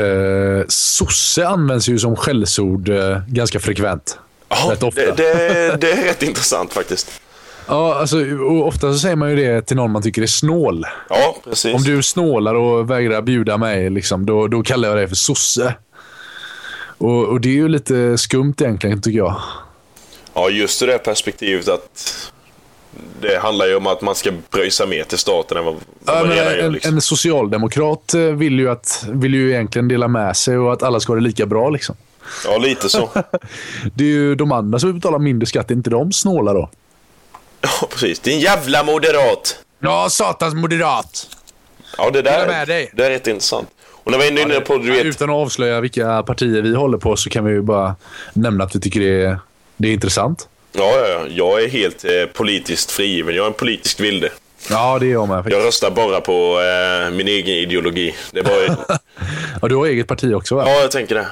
S3: sosse används ju som skällsord eh, ganska frekvent.
S2: Ja,
S3: rätt ofta.
S2: det, det, det är rätt intressant faktiskt.
S3: Ja, alltså, och ofta så säger man ju det till någon man tycker är snål.
S2: Ja, precis.
S3: Om du snålar och vägrar bjuda mig, liksom, då, då kallar jag dig för sosse. Och, och det är ju lite skumt egentligen, tycker jag.
S2: Ja, just ur det perspektivet att det handlar ju om att man ska pröjsa mer till staten än vad, vad
S3: Ja,
S2: man
S3: men
S2: redan gör.
S3: en,
S2: Liksom.
S3: en socialdemokrat eh, vill ju, att, vill ju egentligen dela med sig och att alla ska ha det lika bra. Liksom.
S2: Ja, lite så.
S3: Det är ju de andra som betalar mindre skatt. Är inte de snåla då?
S2: Ja, precis. Din jävla moderat!
S3: Ja, satans moderat!
S2: Ja, det
S3: Hela
S2: där,
S3: med dig.
S2: det där är rätt intressant. Och när vi är inne på du vet,
S3: Utan att avslöja vilka partier vi håller på så kan vi ju bara nämna att vi tycker det är, det är intressant.
S2: ja, ja, ja, jag är helt eh, politiskt frigiven. Jag är en politisk vilde.
S3: Ja, det är jag med. faktiskt.
S2: Jag röstar bara på eh, min egen ideologi. Det var ju...
S3: Ja, du har eget parti också, va?
S2: Ja, jag tänker det.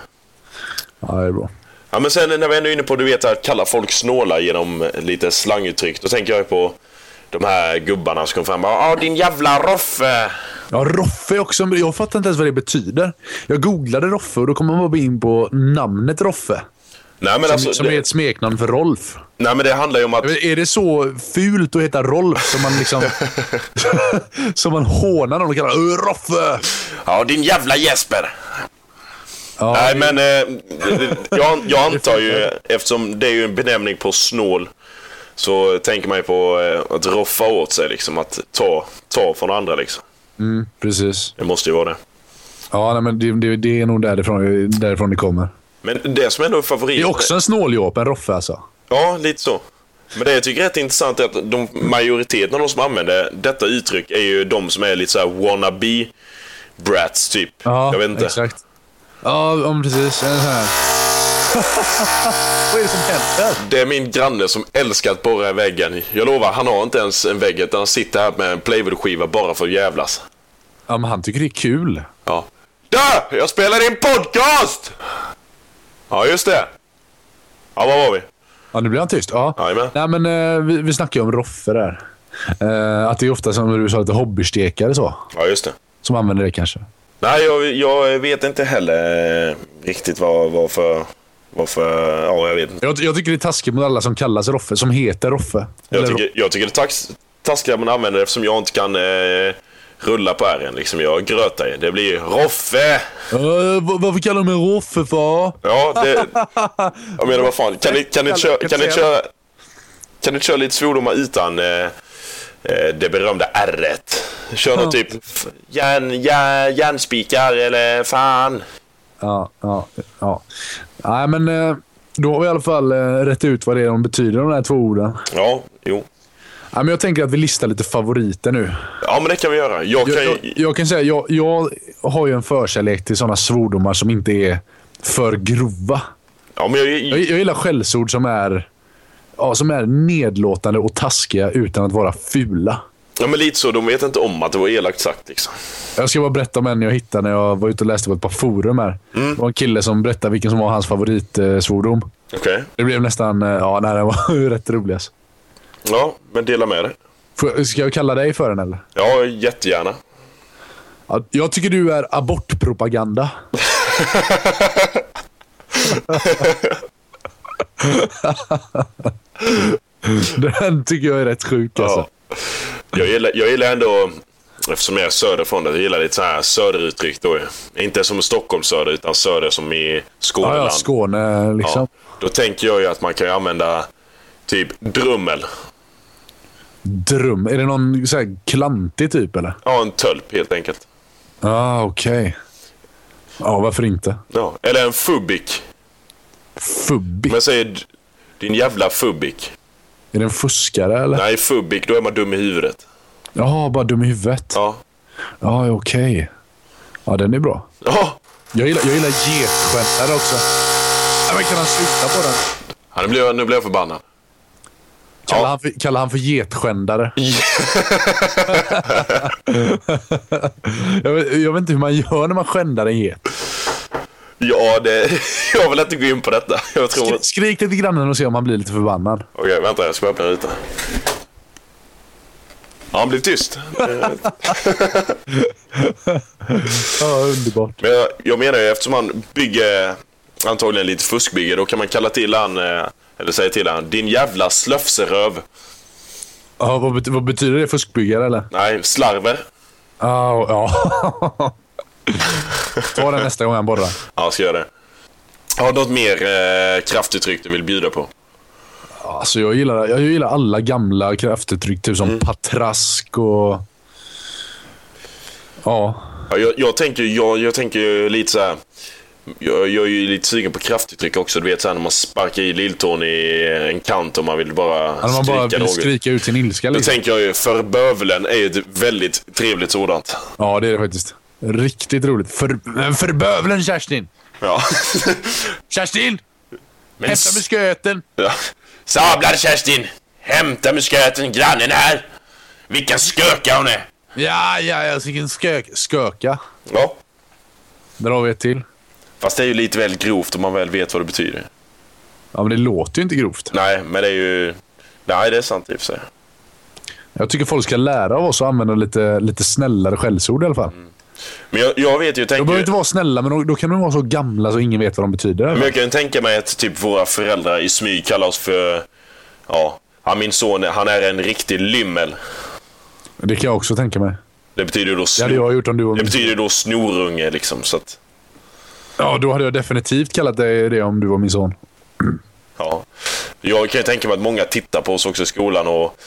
S3: Ja, det är bra.
S2: Ja, men sen när vi ändå är inne på du vet att kalla folk snåla genom eh, lite slanguttryck. Då tänker jag ju på de här gubbarna som kom fram. Ja, din jävla roffe!
S3: Ja, Roffe är också. en- Jag fattar inte ens vad det betyder. Jag googlade Roffe och då kommer man bara in på namnet Roffe.
S2: Nej men,
S3: Som,
S2: alltså,
S3: som
S2: det,
S3: är ett smeknamn för Rolf.
S2: nej, men det handlar ju om att...
S3: Jag vet, Är det så fult att heta Rolf som man liksom... som man hånar någon och kallar "Ö, Roffe?
S2: Ja, din jävla Jesper!
S3: Ja,
S2: Nej, men eh, jag, jag antar ju, eftersom det är ju en benämning på snål, så tänker man ju på eh, att roffa åt sig, liksom. Att ta, ta från andra, liksom.
S3: precis.
S2: Det måste ju vara det.
S3: Ja, nej, men det, det, det är nog därifrån, därifrån det kommer.
S2: Men det som ändå är favorit...
S3: Det är också en snåljåp, en Roffe alltså.
S2: Ja, lite så. Men det jag tycker är rätt intressant är att de, majoriteten av de som använder detta uttryck är ju de som är lite så här wannabe brats, typ. jag vet inte.
S3: exakt. Ja, om precis. En sån här. Vad är det som händer?
S2: Det är min granne som älskar att borra i väggen. Jag lovar, han har inte ens en vägg, utan han sitter här med en playwoodskiva bara för att jävlas.
S3: Ja, men han tycker det är kul.
S2: Ja. Du! Jag spelar in podcast! Ja, just det. Ja, var var vi?
S3: Ja, nu blir han tyst. Ja.
S2: Jajamän.
S3: Nej, men eh, vi, vi snackar ju om Roffe där. Eh, att det är ofta som du sa, lite hobbystekare så.
S2: Ja, just det.
S3: Som använder det kanske.
S2: Nej, jag, jag vet inte heller eh, riktigt vad, vad för... Vad för... Ja, jag vet inte.
S3: Jag, jag tycker det är taskigt mot alla som kallas Roffe, som heter Roffe.
S2: Jag
S3: Eller
S2: tycker, jag tycker det är tax, taskigt att man använder det eftersom jag inte kan eh, rulla på R'n. Liksom jag grötar ju. Det blir ju Roffe!
S3: Ro- Eh, va- varför kallar de mig Roffe för?
S2: Ja, det... Jag menar vad fan. Kan ni, kan ni, köra, kan ni, köra, kan ni köra lite svordomar utan eh, eh, det berömda R-et? Kör något typ f- järn, järn, järnspikar eller fan.
S3: Ja, ja, ja. Nej, men eh, då har vi i alla fall eh, rätt ut vad det är de betyder, de här två orden.
S2: Ja, jo.
S3: Nej, men jag tänker att vi listar lite favoriter nu.
S2: Ja, men det kan vi göra. Jag kan
S3: Jag, jag,
S2: ju...
S3: jag kan säga, jag, jag har ju en förkärlek till sådana svordomar som inte är för grova.
S2: Ja, men
S3: Jag,
S2: jag,
S3: jag gillar skällsord som är, ja, som är nedlåtande och taskiga utan att vara fula.
S2: ja, men lite så. De vet inte om att det var elakt sagt liksom.
S3: Jag ska bara berätta om en jag hittade när jag var ute och läste på ett par forum här. Det var en kille som berättade vilken som var hans favoritsvordom.
S2: Okej.
S3: Det blev nästan... eh, Ja, nej, den var rätt rolig alltså.
S2: Ja, men dela med dig.
S3: Får jag- Ska jag kalla dig för den eller?
S2: Ja, jättegärna.
S3: Ja, Jag tycker du är abortpropaganda. den tycker jag är rätt sjuk alltså.
S2: Ja. Jag, gillar, jag gillar ändå, eftersom jag är söderifrån, jag gillar lite så här söderuttryck då. ju. Inte som Stockholm söder, utan söder som i
S3: Ja,
S2: Skåneland.
S3: ja, Skåne
S2: Ja.
S3: liksom.
S2: Då tänker jag ju att man kan ju använda typ drummel.
S3: Drum. Är det någon så här klantig typ eller?
S2: Ja, en tölp helt enkelt.
S3: Ja, ah, okej. Ja, varför inte?
S2: Ja. Eller en fubik.
S3: Fubbig.
S2: Men säger d- din jävla fubik.
S3: Är det en fuskare eller?
S2: Nej, fubik, då är man dum i huvudet.
S3: Ja, bara dum i huvudet.
S2: Ja.
S3: Ja, okej. Ja, den är bra.
S2: Ja,
S3: Jag gillar, jag gillar getskämtare också. Ja, men kan han sluta på den?
S2: Ja, nu blir jag, nu blir jag förbannad.
S3: Kallar,
S2: Ja.
S3: han, för, kallar han för getskändare? jag, vet, jag vet inte hur man gör när man skändar en get.
S2: Ja, det, jag vill inte gå in på detta. Jag tror...
S3: Skri, skrik lite grannen och se om han blir lite förbannad.
S2: Okej, vänta. Jag ska öppna rutan. Ja, han blev tyst.
S3: Ja, underbart.
S2: Men jag, jag menar ju eftersom han bygger antagligen lite fuskbygge, då kan man kalla till han, eh, eller säga till han, din jävla slöfseröv.
S3: Ja, vad, bet, vad betyder det? Fuskbyggare eller?
S2: Nej, slarver.
S3: Ja, och- ja. Ta den nästa gång han borrar.
S2: Ja, jag ska göra det. Har du något mer eh, kraftuttryck du vill bjuda på?
S3: Ja, Alltså jag gillar, jag gillar alla gamla kraftuttryck, typ som patrask och... Ja.
S2: Ja, jag, jag, tänker, jag, jag tänker ju lite så här. Jag, jag är ju lite sugen på kraftuttryck också. Du vet så här när man sparkar i lilltån i en kant och man vill bara
S3: När man
S2: skrika
S3: bara vill
S2: något.
S3: skrika ut sin ilska.
S2: Då
S3: Liksom.
S2: tänker jag ju för bövelen är ju ett väldigt trevligt sådant.
S3: Ja, det är det faktiskt. Riktigt roligt. För, för bövelen Kerstin!
S2: Ja.
S3: Kerstin!
S2: Men
S3: Hämta musköten!
S2: Ja. Sablar Kerstin! Hämta musköten, grannen här! Vilken sköka hon är!
S3: Ja, ja, ja. Vilken skök, sköka.
S2: Ja,
S3: Där har vi ett till.
S2: fast det är ju lite väl grovt om man väl vet vad det betyder.
S3: Ja, men det låter ju inte grovt.
S2: Nej, men det är ju... Nej, det är sant i och för sig.
S3: Jag tycker folk ska lära av oss att använda lite, lite snällare skällsord i alla fall.
S2: Mm. Men jag, jag vet ju,
S3: De
S2: tänker...
S3: behöver inte vara snälla, men då, då kan de vara så gamla så ingen vet vad de betyder.
S2: Men jag kan ju tänka mig att typ våra föräldrar i smyg kallar oss för... Ja, han, min son, han är en riktig lymmel.
S3: Det kan jag också tänka mig.
S2: Det betyder ju då,
S3: Det
S2: snor,
S3: hade jag gjort om du var
S2: det
S3: min
S2: betyder ju då snorunge liksom, så att...
S3: Ja, då hade jag definitivt kallat dig det om du var min son.
S2: Ja. Jag kan ju tänka mig att många tittar på oss också i skolan och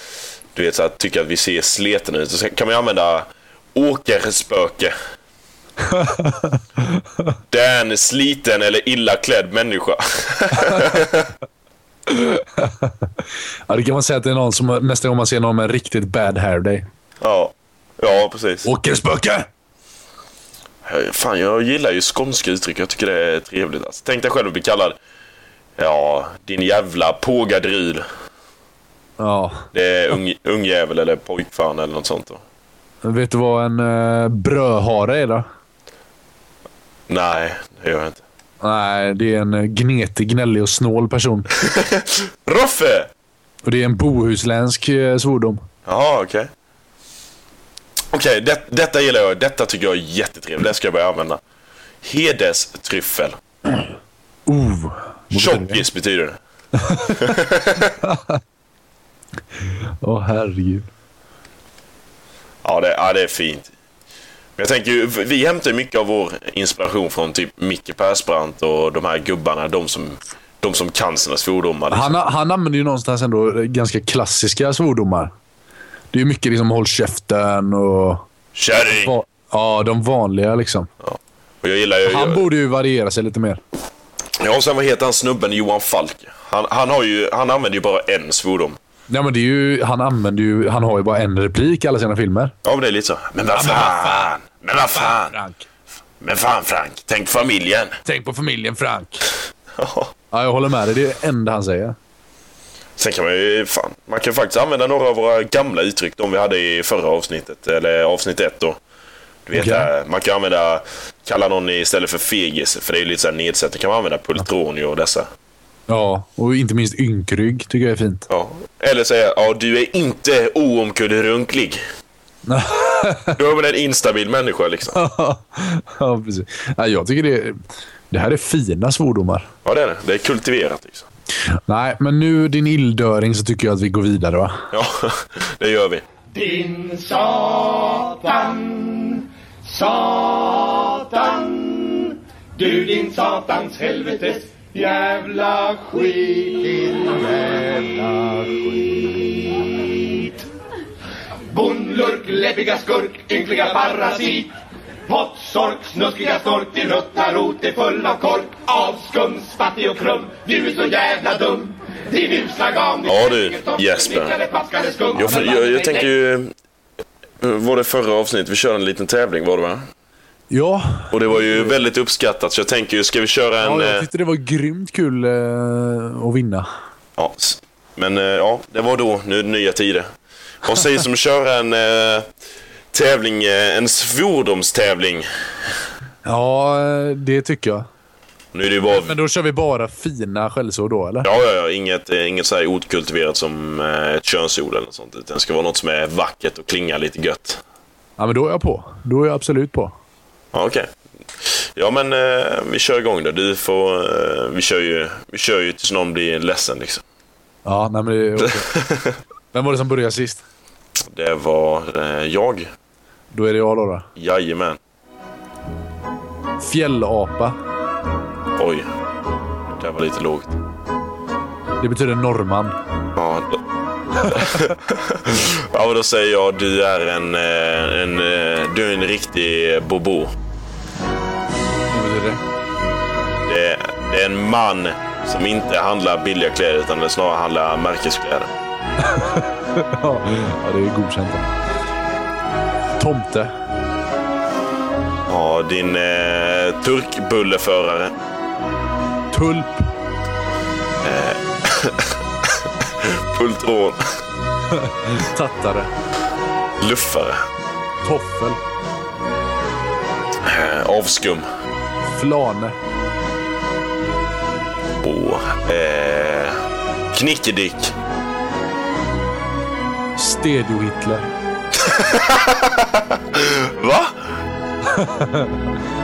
S2: du vet, så här, tycker att vi ser sleten ut. Så kan man ju använda åkerspöke. Det är en sliten eller illa klädd människa.
S3: Ja, det kan man säga att det är någon som nästa gång man ser någon med en riktigt bad hair day.
S2: Ja, ja precis.
S3: Åkerspöke!
S2: Fan, jag gillar ju skånska uttryck. Jag tycker det är trevligt. Alltså, tänk dig själv att bli kallad Ja, din jävla pågadryl.
S3: Ja.
S2: Det är ung, ungjävel eller pojkfan eller något sånt. Då.
S3: Vet du vad en eh, brödhare är då?
S2: Nej, det gör jag inte.
S3: Nej, det är en eh, gnetig, gnällig och snål person.
S2: Roffe!
S3: Och det är en bohuslänsk eh, svordom.
S2: Jaha, okej. Okej, det, detta gillar jag. Detta tycker jag är jättetrevligt. Det ska jag börja använda. Hederstryffel.
S3: Oh.
S2: Tjockis betyder det.
S3: Åh, herregud.
S2: Ja, det, ja, det är fint. Men jag tänker ju, vi hämtar ju mycket av vår inspiration från typ Micke Persbrandt och de här gubbarna. De som, de som kan sina svordomar. Liksom.
S3: Han, han använder ju någonstans ändå eh, ganska klassiska svordomar. Det är ju mycket liksom håll käften och...
S2: Kärring!
S3: Ja, de vanliga liksom.
S2: Och jag gillar ju...
S3: Han borde ju variera sig lite mer.
S2: Ja, och sen vad heter han snubben? Johan Falk. Han, han, har ju, han använder ju bara en svordom.
S3: Nej, men det är ju, han använder ju... Han har ju bara en replik i alla sina filmer.
S2: Ja, men det är lite så. Men vad fan! Men vad fan!
S3: Frank.
S2: Men fan Frank, tänk familjen.
S3: Tänk på familjen Frank. Ja, jag håller med dig. Det är det enda han säger.
S2: Sen kan man ju fan, man kan faktiskt använda några av våra gamla uttryck. De vi hade i förra avsnittet, eller avsnitt ett då. Du vet,
S3: Okej.
S2: eh, man kan använda, kalla någon istället för fegis, för det är ju lite så här nedsättning. kan man använda pultronio och dessa.
S3: Ja, och inte minst ynkrygg tycker jag är fint.
S2: Ja. Eller säga, ja du är inte oomkullrunklig. då är man en instabil människa liksom.
S3: ja, precis. Ja, jag tycker det, det här är fina svordomar.
S2: Ja det är det, det är kultiverat liksom.
S3: Nej, men nu din illdöring så tycker jag att vi går vidare va?
S2: Ja, det gör vi.
S7: Din Satan, Satan, du din Satans helvetes jävla skit, din jävla skit. Bondlurk, läppiga skurk, ynkliga parasit. Pottsork, snuskiga stork, din ruttna rot är full av kork. Avskum, spattig och krum, du är så jävla dum. Din usla gam, din
S2: Ja, du,
S7: snickertork,
S2: Jesper.
S7: snickare, paskade skum.
S2: Jag, jag, jag tänker ju... eh, Var det förra avsnittet? Vi körde en liten tävling var det va?
S3: Ja,
S2: Och det var ju väldigt uppskattat så jag tänker ju, ska vi köra en...
S3: ja
S2: eh,
S3: jag tyckte det var grymt kul eh, att vinna.
S2: ja, s- men eh, ja, det var då. Nu är det nya tider. Vad säger som att köra en eh, tävling, eh, en svordomstävling?
S3: Ja, eh, det tycker jag.
S2: Nu är det ju bara...
S3: Men då kör vi bara fina skällsord då, eller?
S2: Ja, ja, ja. Inget, eh, inget så här okultiverat som eh, ett könsord eller något sånt. Utan det ska vara något som är vackert och klingar lite gött.
S3: Ja, men då är jag på. Då är jag absolut på.
S2: Ja, okej. Ja, men eh, vi kör igång då. Du får... Eh, vi, kör ju, vi kör ju tills någon blir ledsen liksom.
S3: Ja, nej men det är okej. Vem var det som började sist?
S2: Det var eh, jag.
S3: Då är det jag då. då.
S2: Jajamän.
S3: Fjällapa.
S2: Oj. Det där var lite lågt.
S3: Det betyder norrman.
S2: Ja, då... ja, men då säger jag du är en, eh, en, eh, du är en riktig bobo.
S3: Vad betyder det?
S2: Det är, det är en man som inte handlar billiga kläder utan det snarare handlar märkeskläder.
S3: Ja, ja, det är godkänt. då. Tomte.
S2: Ja, din eh, turkbulleförare.
S3: Tulp.
S2: Pultron.
S3: Tattare.
S2: Luffare.
S3: Toffel.
S2: Eh, avskum.
S3: Flane.
S2: Och, eh, knickedick.
S3: Stedio-Hitler.
S2: Va?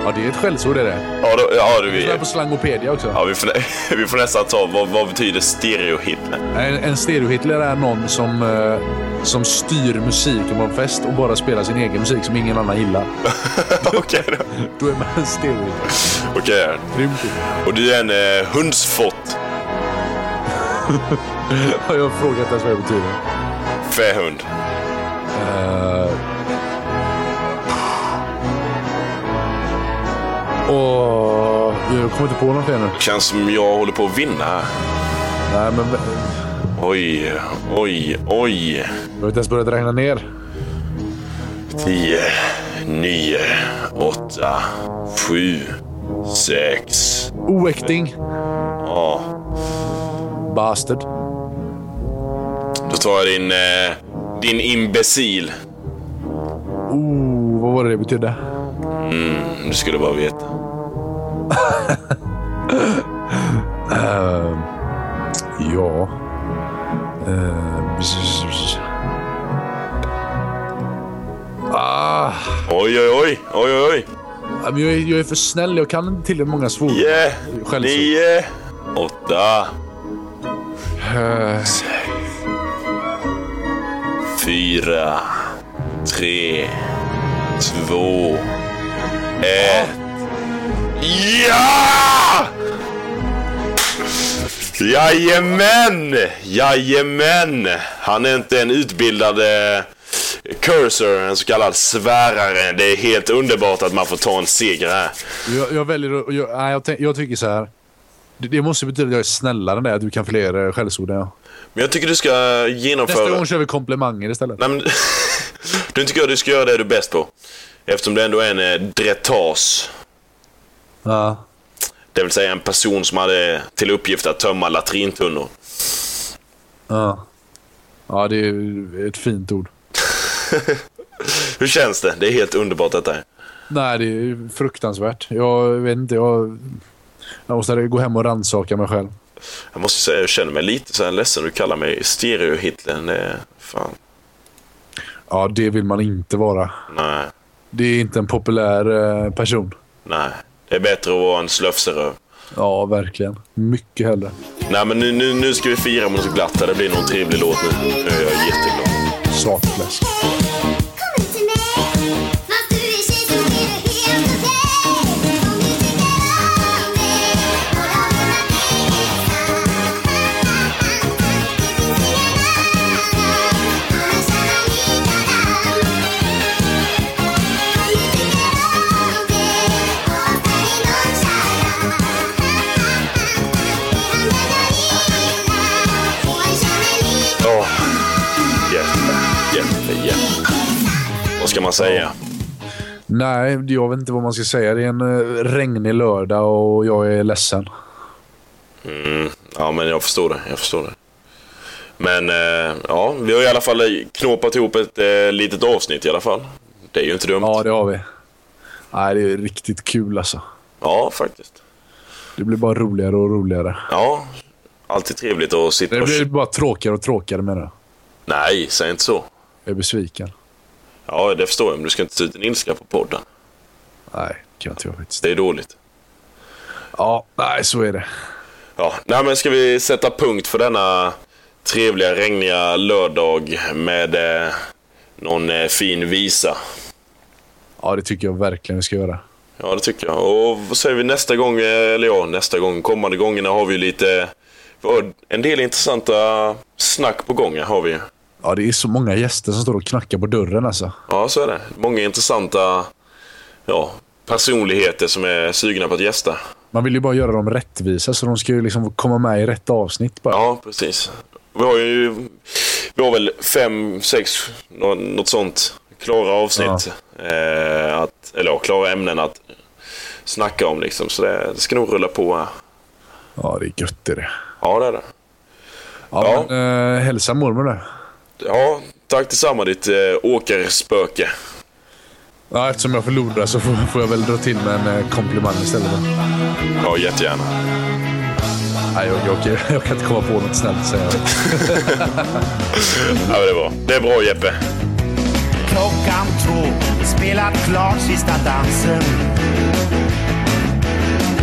S3: Ja, det är ett skällsord är det.
S2: Ja, då, ja, du,
S3: Det är
S2: vi,
S3: på slangopedia också.
S2: ja vi, får, nä- vi får nästan ta vad, vad betyder stereohitler?
S3: En, en stereohitler är någon som, eh, som styr musiken på en fest och bara spelar sin egen musik som ingen annan gillar.
S2: Okej då.
S3: Då är man en stereohitler.
S2: Okej.
S3: Grymt ju.
S2: Och du är en eh, hundsfott.
S3: Ja, Jag har frågat ens vad det betyder. Eh.
S2: Fähund.
S3: Och jag kommer inte på något fler nu.
S2: Känns som jag håller på att vinna här.
S3: Nej, men
S2: Oj, oj, oj.
S3: jag har inte ens börjat räkna ner.
S2: 10, 9, 8, 7, 6.
S3: Oäkting.
S2: Ja,
S3: Bastard.
S2: då tar jag din, eh, din imbecil.
S3: Oh, vad var det det betydde?
S2: Du skulle bara veta.
S3: Ja. Eh, bzz, bzz, bzz. Ah,
S2: Oj, oj, oj, oj, oj, oj.
S3: men jag, är, jag är för snäll. Jag kan inte tillräckligt många svordomar.
S2: Yeah.
S3: Skällsord.
S2: 9, 8,
S3: Eh,
S2: 4, 3, 2, 1. Ja! Jajamän! Jajamän! Han är inte en utbildad eh, cursor, en så kallad svärare. Det är helt underbart att man får ta en seger här.
S3: jag, jag väljer att... Jag, nej, jag, tänk, jag tycker så här. Det, det måste betyda att jag är snällare än det. Att du kan fler eh, skällsord än jag.
S2: Men jag tycker du ska
S3: Nästa
S2: genomföra...
S3: gång kör vi komplimanger istället.
S2: Nej, men... du tycker jag du ska göra det du är bäst på. Eftersom det ändå är en eh, dretas.
S3: Ja.
S2: Det vill säga en person som hade till uppgift att tömma latrintunnor.
S3: Ja. Ja, det är ett fint ord.
S2: Hur känns det? Det är helt underbart detta. här.
S3: Nej, det är fruktansvärt. Jag vet inte. Jag, jag måste gå hem och rannsaka mig själv.
S2: Jag måste säga, jag känner mig lite så här ledsen. Du kallar mig stereo-Hitler. Det- Fan.
S3: Ja, det vill man inte vara.
S2: Nej.
S3: Det är inte en populär eh, person.
S2: Nej. Det är bättre att vara en slöfseröv.
S3: Ja, verkligen. Mycket hellre.
S2: Nej, men nu, nu, nu ska vi fira med något glatt här. Det blir nog en trevlig låt nu. Nu är jag jätteglad.
S3: Sakfläsk.
S2: Ja. Jätte, jätte, jätte. Vad ska man säga?
S3: Nej, jag vet inte vad man ska säga. Det är en eh, regnig lördag och jag är ledsen.
S2: Ja, men jag förstår det. Jag förstår det. Men eh, ja, vi har i alla fall knåpat ihop ett eh, litet avsnitt i alla fall. Det är ju inte dumt.
S3: Ja, det har vi. Nej, det är riktigt kul alltså.
S2: Ja, faktiskt.
S3: Det blir bara roligare och roligare.
S2: Ja, alltid trevligt att sitta
S3: Det
S2: och...
S3: blir bara tråkigare och tråkigare menar jag.
S2: Nej, säg inte så.
S3: Jag är besviken.
S2: Ja, det förstår jag, men du ska inte ta ut en ilska på podden.
S3: Nej, det kan inte jag faktiskt.
S2: Det är dåligt.
S3: Ja, nej så är det.
S2: Ja, nej men ska vi sätta punkt för denna trevliga, regniga lördag med eh, någon eh, fin visa?
S3: Ja, det tycker jag verkligen vi ska göra.
S2: Ja, det tycker jag. Och vad säger vi nästa gång? eh, Eller ja, nästa gång. Kommande gångerna har vi lite Och en del intressanta snack på gång har vi.
S3: Ja, det är så många gäster som står och knackar på dörren alltså.
S2: Ja, så är det. Många intressanta ja, personligheter som är sugna på att gästa.
S3: Man vill ju bara göra dem rättvisa, så de ska ju liksom komma med i rätt avsnitt bara.
S2: Ja, precis. Vi har ju... Vi har väl fem, sex, nå- något sånt. Klara avsnitt. Eh, att, eller ja, klara ämnen att snacka om liksom. Så det, det ska nog rulla på. här.
S3: Ja, det är gött det är det.
S2: Ja, det är det.
S3: Ja,
S2: Ja.
S3: Men, eh, hälsa mormor där.
S2: Ja, tack detsamma ditt eh, åkerspöke.
S3: Ja, eftersom jag förlorar så får, får jag väl dra till med en eh, komplimang istället.
S2: Ja, jättegärna.
S3: Nej, jag, jag, jag kan inte komma på något snällt säger jag.
S2: Ja, men det är bra. Det är bra Jeppe.
S8: Klockan två, spelat klart sista dansen.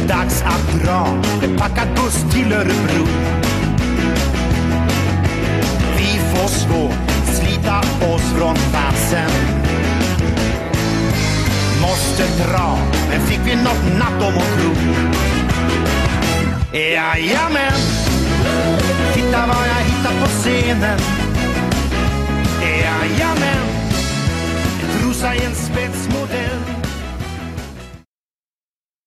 S8: Dags att dra, en packad buss till Örebro. Vi får stå, slita oss från dansen. Måste dra, men fick vi något natt om att tro? Jajamän! Titta vad jag hittat på scenen. Jajamän! Rusa i en spetsmodell